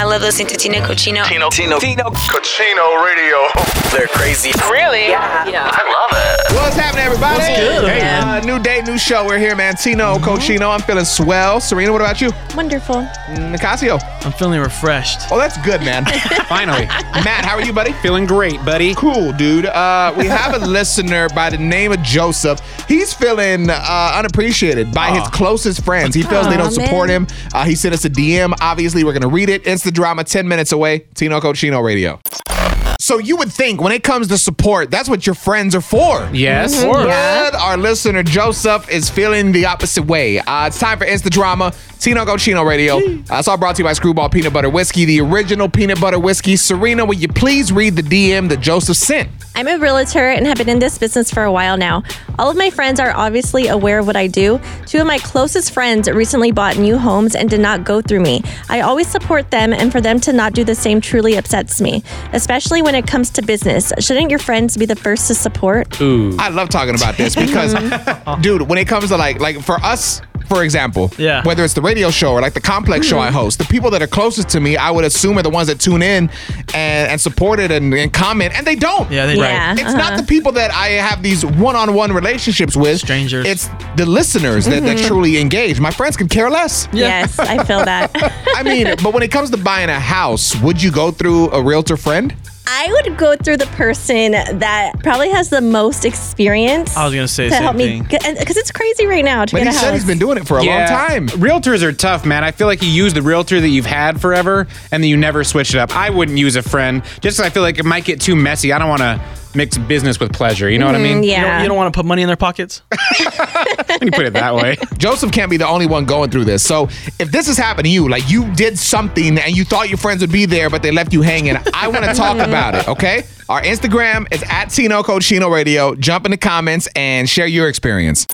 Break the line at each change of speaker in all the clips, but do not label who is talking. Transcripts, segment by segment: I love listening to Tina Cochino.
Tino, Tino, Tino, Cochino Radio. They're crazy.
Really? Yeah.
What's happening, everybody? Hey, uh, new day, new show. We're here, man. Tino, Cochino. I'm feeling swell. Serena, what about you? Mm,
Wonderful.
Nicasio.
I'm feeling refreshed.
Oh, that's good, man. Finally. Matt, how are you, buddy?
Feeling great, buddy.
Cool, dude. Uh, we have a listener by the name of Joseph. He's feeling uh, unappreciated by his closest friends. He feels they don't
Aw,
support
man.
him. Uh, he sent us a DM. Obviously, we're going to read it. Insta drama, 10 minutes away. Tino Cochino Radio. So you would think when it comes to support, that's what your friends are for.
Yes.
Mm-hmm.
But our listener Joseph is feeling the opposite way. Uh, it's time for Insta Drama, Tino Cochino Radio. Uh, it's all brought to you by Screwball Peanut Butter Whiskey, the original peanut butter whiskey. Serena, will you please read the DM that Joseph sent?
I'm a realtor and have been in this business for a while now. All of my friends are obviously aware of what I do. Two of my closest friends recently bought new homes and did not go through me. I always support them, and for them to not do the same truly upsets me, especially when it comes to business. Shouldn't your friends be the first to support?
I love talking about this because, dude, when it comes to like, like for us, for example,
Yeah.
whether it's the radio show or like the complex show I host, the people that are closest to me, I would assume are the ones that tune in and, and support it and, and comment, and they don't.
Yeah, they
Yeah.
right.
It's not the people that I have these one-on-one relationships with.
Strangers.
It's the listeners that,
Mm-hmm.
that truly engage. My friends could care less.
Yes, I feel that.
I mean, but when it comes to buying a house, would you go through a realtor friend?
I would go through the person that probably has the most experience.
I was gonna say the
to
same
help me
thing.
because it's crazy right now to
But
get
he
a
said
house.
he's been doing it for a long time.
Realtors are tough, man. I feel like you use the realtor that you've had forever and then you never switch it up. I wouldn't use a friend just 'cause I feel like it might get too messy. I don't want to mix business with pleasure. You know what I mean?
You don't,
Mm, yeah.
you don't want to put money in their pockets?
When you put it that way.
Joseph can't be the only one going through this. So if this has happened to you, like you did something and you thought your friends would be there, but they left you hanging, I want to talk about it, okay? Our Instagram is at Tino Cochino Radio. Jump in the comments and share your experience.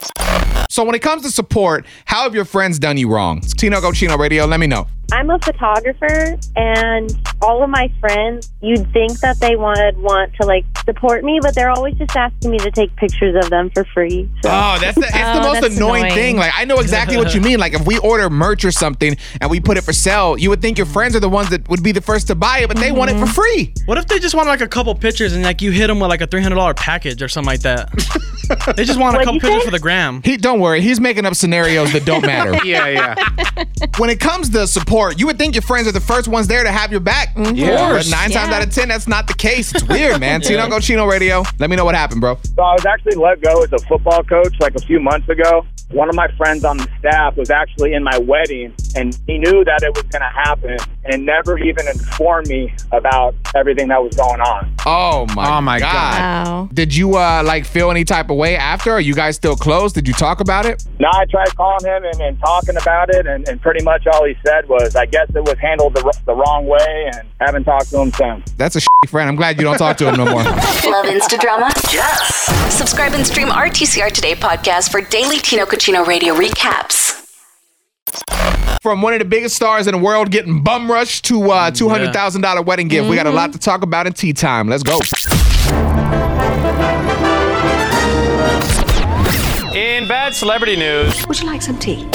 So when it comes to support, how have your friends done you wrong? It's Tino Cochino Radio, let me know.
I'm a photographer, and all of my friends, you'd think that they wanted want to like support me, but they're always just asking me to take pictures of them for free. So
Oh, that's the, it's the
Oh,
most
that's
annoying,
annoying.
thing. Like, I know exactly what you mean. Like, if we order merch or something and we put it for sale, you would think your friends are the ones that would be the first to buy it, but they want it for free.
What if they just want like a couple pictures and like you hit them with like a three hundred dollar package or something like that? they just want a
What'd
couple
you
pictures
say?
for the gram.
He, don't worry, he's making up scenarios that don't matter.
yeah, yeah.
when it comes to support, you would think your friends are the first ones there to have your back.
Yeah.
But nine times
Yeah.
out of ten, that's not the case. It's weird, man. Tino Cochino Radio. Let me know what happened, bro.
So I was actually let go as a football coach like a few months ago. One of my friends on the staff was actually in my wedding, and he knew that it was going to happen, and never even informed me about everything that was going on.
Oh my.
Oh, my
Wow.
Did you uh like feel any type of way after? Are you guys still close? Did you talk about it?
Now I tried calling him and, and talking about it, and, and pretty much all he said was, "I guess it was handled the, r- the wrong way," and haven't talked to him since.
That's a shitty friend. I'm glad you don't talk to him no more.
Love Instadrama? Yes. Subscribe and stream our TCR Today podcast for daily Tino Cochino radio recaps.
From one of the biggest stars in the world getting bum rushed to uh two hundred thousand dollar wedding gift. We got a lot to talk about in tea time. Let's go.
In bad celebrity news,
Would you like some tea?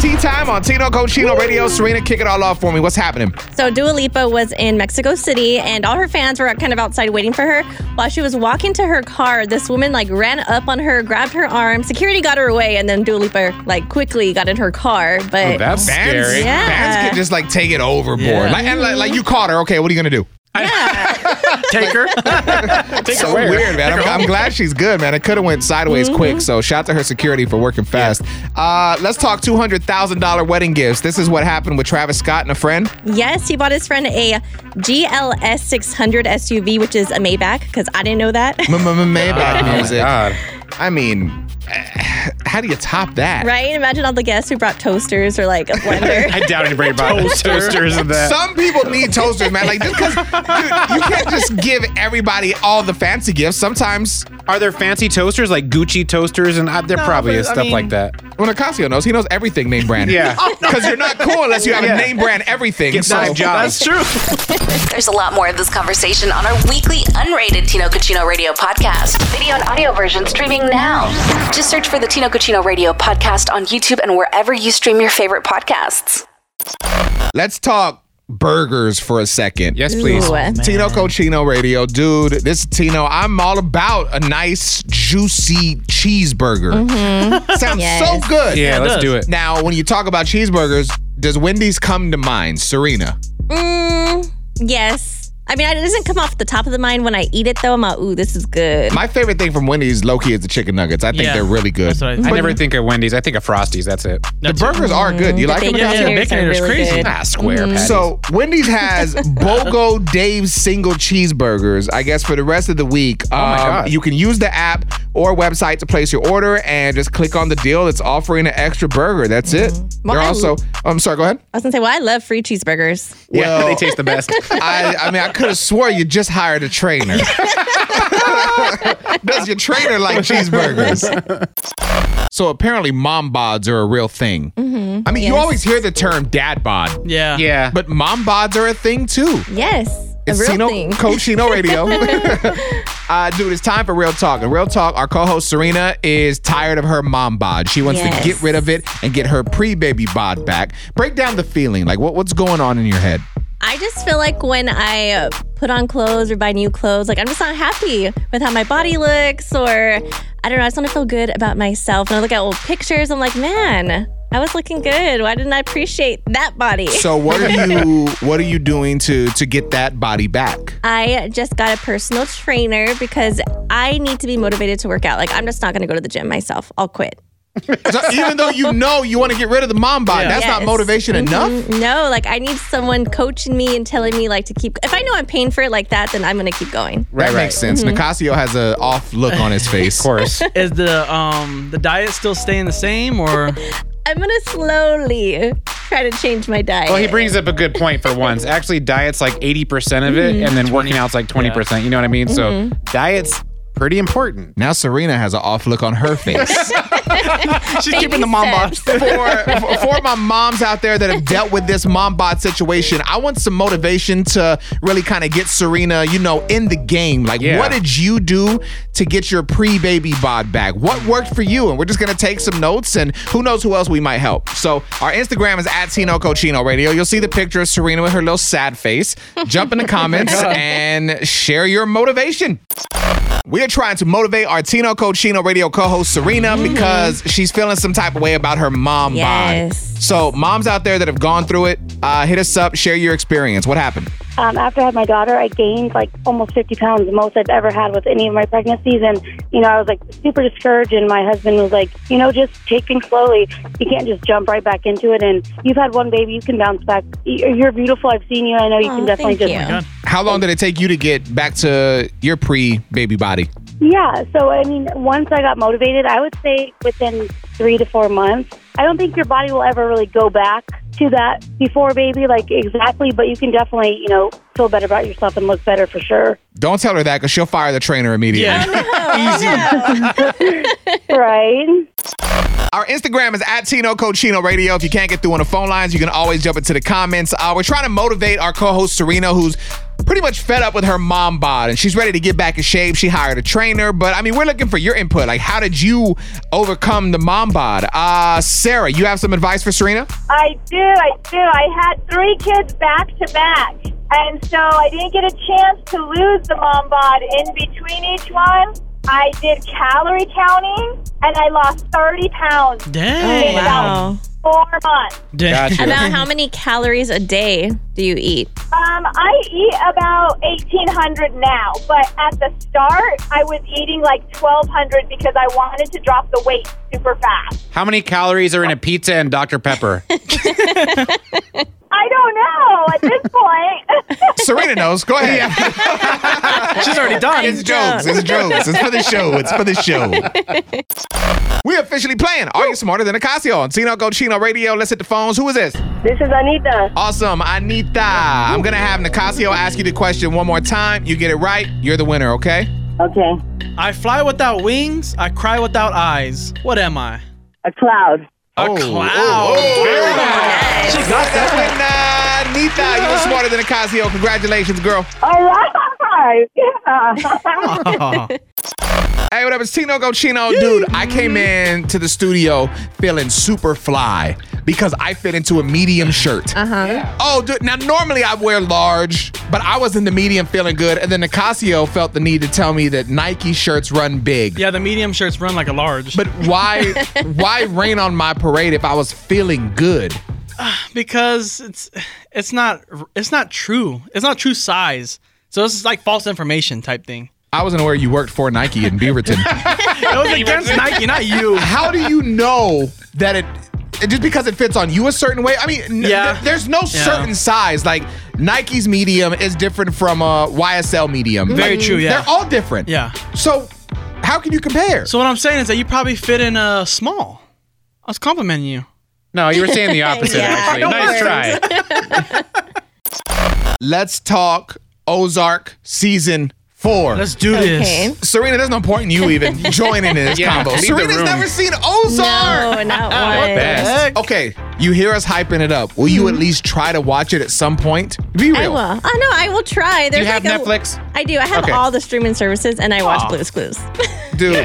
Tea time on Tino Cochino Radio. Serena, kick it all off for me. What's happening?
So Dua Lipa was in Mexico City, and all her fans were kind of outside waiting for her. While she was walking to her car, this woman like ran up on her, grabbed her arm. Security got her away, and then Dua Lipa like quickly got in her car. But
Oh, That's
fans,
scary.
Yeah.
fans can just like take it overboard.
Yeah.
Like, and like, like you caught her. Okay, what are you gonna do?
Take her. Take
So weird, man. I'm, I'm glad she's good, man. It could have went sideways quick. So shout out to her security for working fast. Uh, let's talk two hundred thousand dollar wedding gifts. This is what happened with Travis Scott and a friend.
yes, he bought his friend a GLS 600 SUV, which is a Maybach, because I didn't know that.
M- m- m- Maybach
Oh, my
music.
God.
I mean, how do you top that?
Right? Imagine all the guests who brought toasters or like a blender.
I doubt anybody brought toasters in that.
Some people need toasters, man. Like, because you can't just give everybody all the fancy gifts. Sometimes,
Are there fancy toasters like Gucci toasters? And uh, there probably
but,
is
I
stuff
mean-
like that.
when Ocasio Uh, knows, he knows everything name brand.
Yeah.
Because you're not cool unless you have
Yeah.
a name brand everything.
Get
So-
side jobs.
True.
There's a lot more of this conversation on our weekly unrated Tino Cucino Radio podcast. Video and audio version streaming now. Just search for the Tino Cucino Radio podcast on YouTube and wherever you stream your favorite podcasts.
Let's talk burgers for a second.
Yes, please.
Ooh, uh,
Tino Cochino Radio, dude. This is Tino. I'm all about a nice juicy cheeseburger. Sounds
Yes.
so good.
Yeah, let's
does.
do it.
Now, when you talk about cheeseburgers, does Wendy's come to mind, Serena?
mm, yes. I mean, it doesn't come off the top of the mind when I eat it, though. I'm like, ooh, this is good.
My favorite thing from Wendy's, low key, is the chicken nuggets. I think
Yeah,
they're really good.
that's what I
I
think.
never think of Wendy's. I think of Frosties. That's it.
the burgers are good. You like them?
Baconator's
Yeah, yeah,
Natasha?
the
are
Baconator's
really
crazy.
good.
Ah, square
Mm-hmm.
patties.
So Wendy's has BOGO Dave's single cheeseburgers. I guess for the rest of the week, um,
God.
you can use the app or website to place your order and just click on the deal that's offering an extra burger. That's it.
Well,
They're
I-
also. oh, I'm sorry. Go ahead.
I was gonna say, well, I love free cheeseburgers.
yeah,
Well-
they taste the best.
I, I mean, I could have swore you just hired a trainer. Does your trainer like cheeseburgers? So apparently, mom bods are a real thing. I mean, you
Yes.
always hear the term dad bod,
Yeah.
yeah.
but mom bods are a thing too.
Yes, a
It's
real
Chino,
thing.
Coach Chino Radio. uh, dude, it's time for Real Talk. And Real Talk, our co host Serena is tired of her mom bod. She wants
Yes.
to get rid of it and get her pre baby bod back. Break down the feeling. Like, what, what's going on in your head?
I just feel like when I uh, put on clothes or buy new clothes, like I'm just not happy with how my body looks, or I don't know. I just want to feel good about myself. And I look at old pictures, I'm like, man, I was looking good. Why didn't I appreciate that body?
So what are you what are you doing to to get that body back?
I just got a personal trainer because I need to be motivated to work out. Like I'm just not gonna go to the gym myself. I'll quit.
So even though you know you want to get rid of the mom bod, that's not
Yes.
motivation enough.
Mm, No, like I need someone coaching me and telling me like to keep. If I know I'm paying for it like that, then I'm gonna keep going.
that makes sense.
Mm-hmm.
Nicasio has a off look on his face.
Of course.
Is the um the diet still staying the same or
I'm gonna slowly try to change my diet.
Well, he brings up a good point for once. Actually, diet's like 80% of
Mm-hmm.
it, and then working out's like 20%. You know what I mean? So, diet's pretty important.
Now Serena has an off look on her face.
she's
Baby
keeping the mom bod?
steps.
for, for- for my moms out there that have dealt with this mom bod situation, I want some motivation to really kind of get Serena, you know, in the game. Like,
Yeah.
what did you do to get your pre baby bod back? What worked for you? And we're just going to take some notes and who knows who else we might help. So, our Instagram is at Tino Cochino Radio. You'll see the picture of Serena with her little sad face. Jump in the comments and share your motivation. We are trying to motivate our Tino Cochino radio co host Serena because she's feeling some type of way about her mom
Yes.
bod. So, moms out there that have gone through it, uh, hit us up, share your experience. What happened?
Um, after I had my daughter, I gained like almost 50 pounds, the most I've ever had with any of my pregnancies. And, you know, I was like super discouraged. And my husband was like, you know, just take things slowly. You can't just jump right back into it. And you've had one baby, you can bounce back. Y- You're beautiful. I've seen you. I know you
Aw,
can definitely
Oh, thank
just
you.
How long did it take you to get back to your pre baby body?
Yeah, so I mean, once I got motivated, I would say within three to four months. I don't think your body will ever really go back to that before baby, like exactly, but you can definitely, you know, feel better about yourself and look better for sure.
Don't tell her that because she'll fire the trainer immediately.
right?
Our Instagram is at Tino Cochino Radio. If you can't get through on the phone lines, you can always jump into the comments. Uh, we're trying to motivate our co-host Serena, who's pretty much fed up with her mom bod, and she's ready to get back in shape. She hired a trainer, but I mean, we're looking for your input. Like, how did you overcome the mom bod? Uh, Sarah, you have some advice for Serena?
I do, I do. I had three kids back to back. And so I didn't get a chance to lose the mom bod in between each one. I did calorie counting and I lost 30 pounds
Dang.
in about four months.
Dang.
Gotcha.
About how many calories a day do you eat?
Um, I eat about 1,800 now, but at the start, I was eating like 1,200 because I wanted to drop the weight super fast.
How many calories are in a pizza and Dr. Pepper?
I don't know at this point.
Serena knows. Go ahead.
She's already done.
It's jokes. It's jokes. It's for the show. It's for the show. We're officially playing. Are you smarter than Ocasio? On Tino Cochino Radio. Let's hit the phones. Who is this?
This is Anita.
Awesome, Anita. I'm gonna have Nicasio ask you the question one more time. You get it right, you're the winner. Okay?
Okay.
I fly without wings. I cry without eyes. What am I?
A cloud.
A
Oh,
cloud.
oh, oh, very nice.
She got that.
That win, Anita. You were smarter than Nicasio. Congratulations, girl.
All right. Yeah.
Hey, what up? It's Tino Gochino. Dude, I came in to the studio feeling super fly because I fit into a medium shirt. Uh huh. Oh, dude. Now, normally I wear large, but I was in the medium feeling good. And then Nicasio felt the need to tell me that Nike shirts run big.
Yeah, the medium shirts run like a large.
But why why rain on my parade if I was feeling good?
because it's it's not it's not true. It's not true size. So this is like false information type thing.
I wasn't aware you worked for Nike in Beaverton.
It was against Nike, not you.
How do you know that it it- just because it fits on you a certain way? I mean, n-
Yeah.
th- there's no
Yeah.
certain size. Like Nike's medium is different from uh, a YSL medium.
Very
Like,
true, yeah.
They're all different.
Yeah.
So how can you compare?
So what I'm saying is that you probably fit in a small. I was complimenting you.
No, you were saying the opposite,
Yeah.
actually.
No
Nice try.
Let's talk Ozark season four.
Let's do
Okay.
this.
Serena, there's no point in you even joining in this
Yeah,
combo.
leave the
Serena's
room.
never seen Ozark.
No, not one.
Best.
Okay, you hear us hyping it up. Will you at least try to watch it at some point? Be
Mm-hmm. I
real.
will. Oh no, I will try. There's
you have
like a-
Netflix?
I do. I have
Okay. Ah.
all the streaming services, and I watch Blue's Clues.
Dude,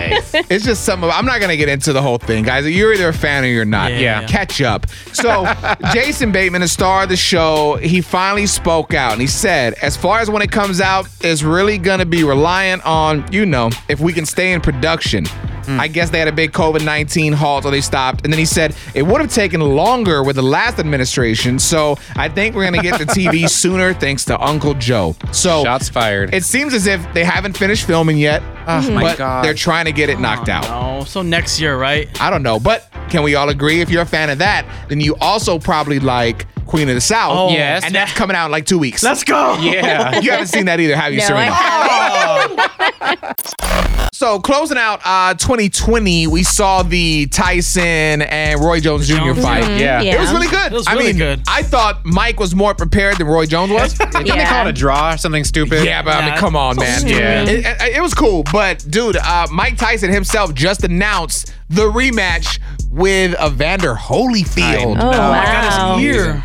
it's just some of I'm not gonna get into the whole thing, guys. You're either a fan or you're not.
Yeah. Yeah.
Catch up. So Jason Bateman, the star of the show, he finally spoke out and he said, as far as when it comes out, it's really gonna be reliant on, you know, if we can stay in production. I guess they had a big COVID 19 halt or they stopped. And then he said it would have taken longer with the last administration. So I think we're going to get the TV sooner thanks to Uncle Joe. So
Shots fired.
it seems as if they haven't finished filming yet,
my
but
God.
they're trying to get it knocked out.
Oh, so next year, right?
I don't know, but can we all agree if you're a fan of that, then you also probably like Queen of the South.
Oh,
Yes.
And that's coming out in like two weeks.
Let's go.
yeah.
you haven't seen that either, have you,
No, I
Serena? So closing out uh, 2020, we saw the Tyson and Roy Jones Jr.
Jones,
fight.
yeah.
It was really good.
It was
I
really
mean,
good.
I thought Mike was more prepared than Roy Jones was.
Didn't they call it a draw or something stupid?
Yeah, but I mean,
Yeah,
come on,
so
man.
stupid.
Yeah, it, it- it was cool, but dude, uh, Mike Tyson himself just announced the rematch with Evander Holyfield.
Oh, wow.
Year.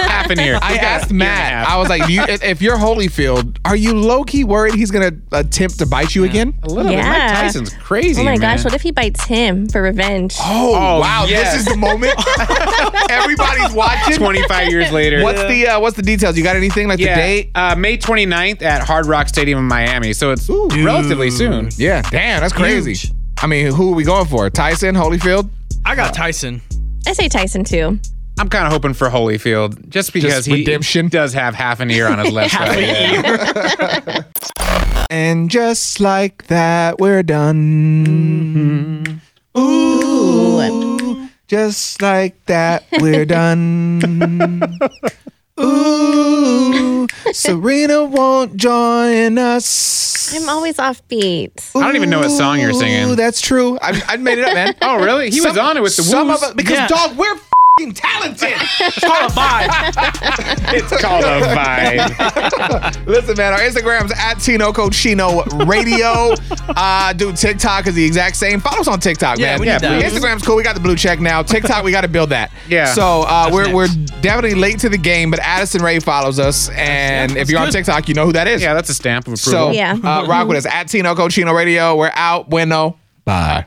half an ear.
I asked
and a
Matt.
half.
I was like, Do you, if if you're Holyfield, are you low key worried he's gonna attempt to bite you again?
A little bit. Mike
Yeah.
Tyson's crazy.
Oh my
man.
gosh, what if he bites him for revenge?
Oh,
Oh,
wow!
yes.
This is the moment. Everybody's watching.
25 years later.
What's the uh, What's the details? You got anything like
yeah,
the date?
Uh, May 29th at Hard Rock Stadium in Miami. So it's relatively soon.
Yeah, damn, that's crazy.
Huge.
I mean, who are we going for? Tyson, Holyfield?
I got Tyson.
I say Tyson too.
I'm kind of hoping for Holyfield just because he
redemption.
does have half an ear on his left side.
And just like that, we're done.
Mm-hmm.
Ooh. Just like that, we're done. Ooh. Serena won't join us.
I'm always offbeat.
I don't even know what song you're
Ooh,
singing.
that's true. I, I made it up, man.
oh, really? He was
Some-
on it with the
Some
woos.
of us, because,
Yeah.
dog, we're fing talented.
It's called a vibe.
It's called a vibe.
Listen, man, our Instagram's at Tino Cochino Radio. uh, dude, TikTok is the exact same. Follow us on TikTok,
Yeah,
man.
we need Yeah, that. please.
Instagram's cool. We got the blue check now. TikTok, we got to build that.
Yeah.
So uh, we're,
next.
we're definitely late to the game, but Addison Ray follows us. And
yeah,
if you're on
that's good.
TikTok, you know who that is.
Yeah, that's a stamp of
so
approval.
Yeah.
uh, rock with us at Tino Cochino Radio. We're out. Bueno. Bye.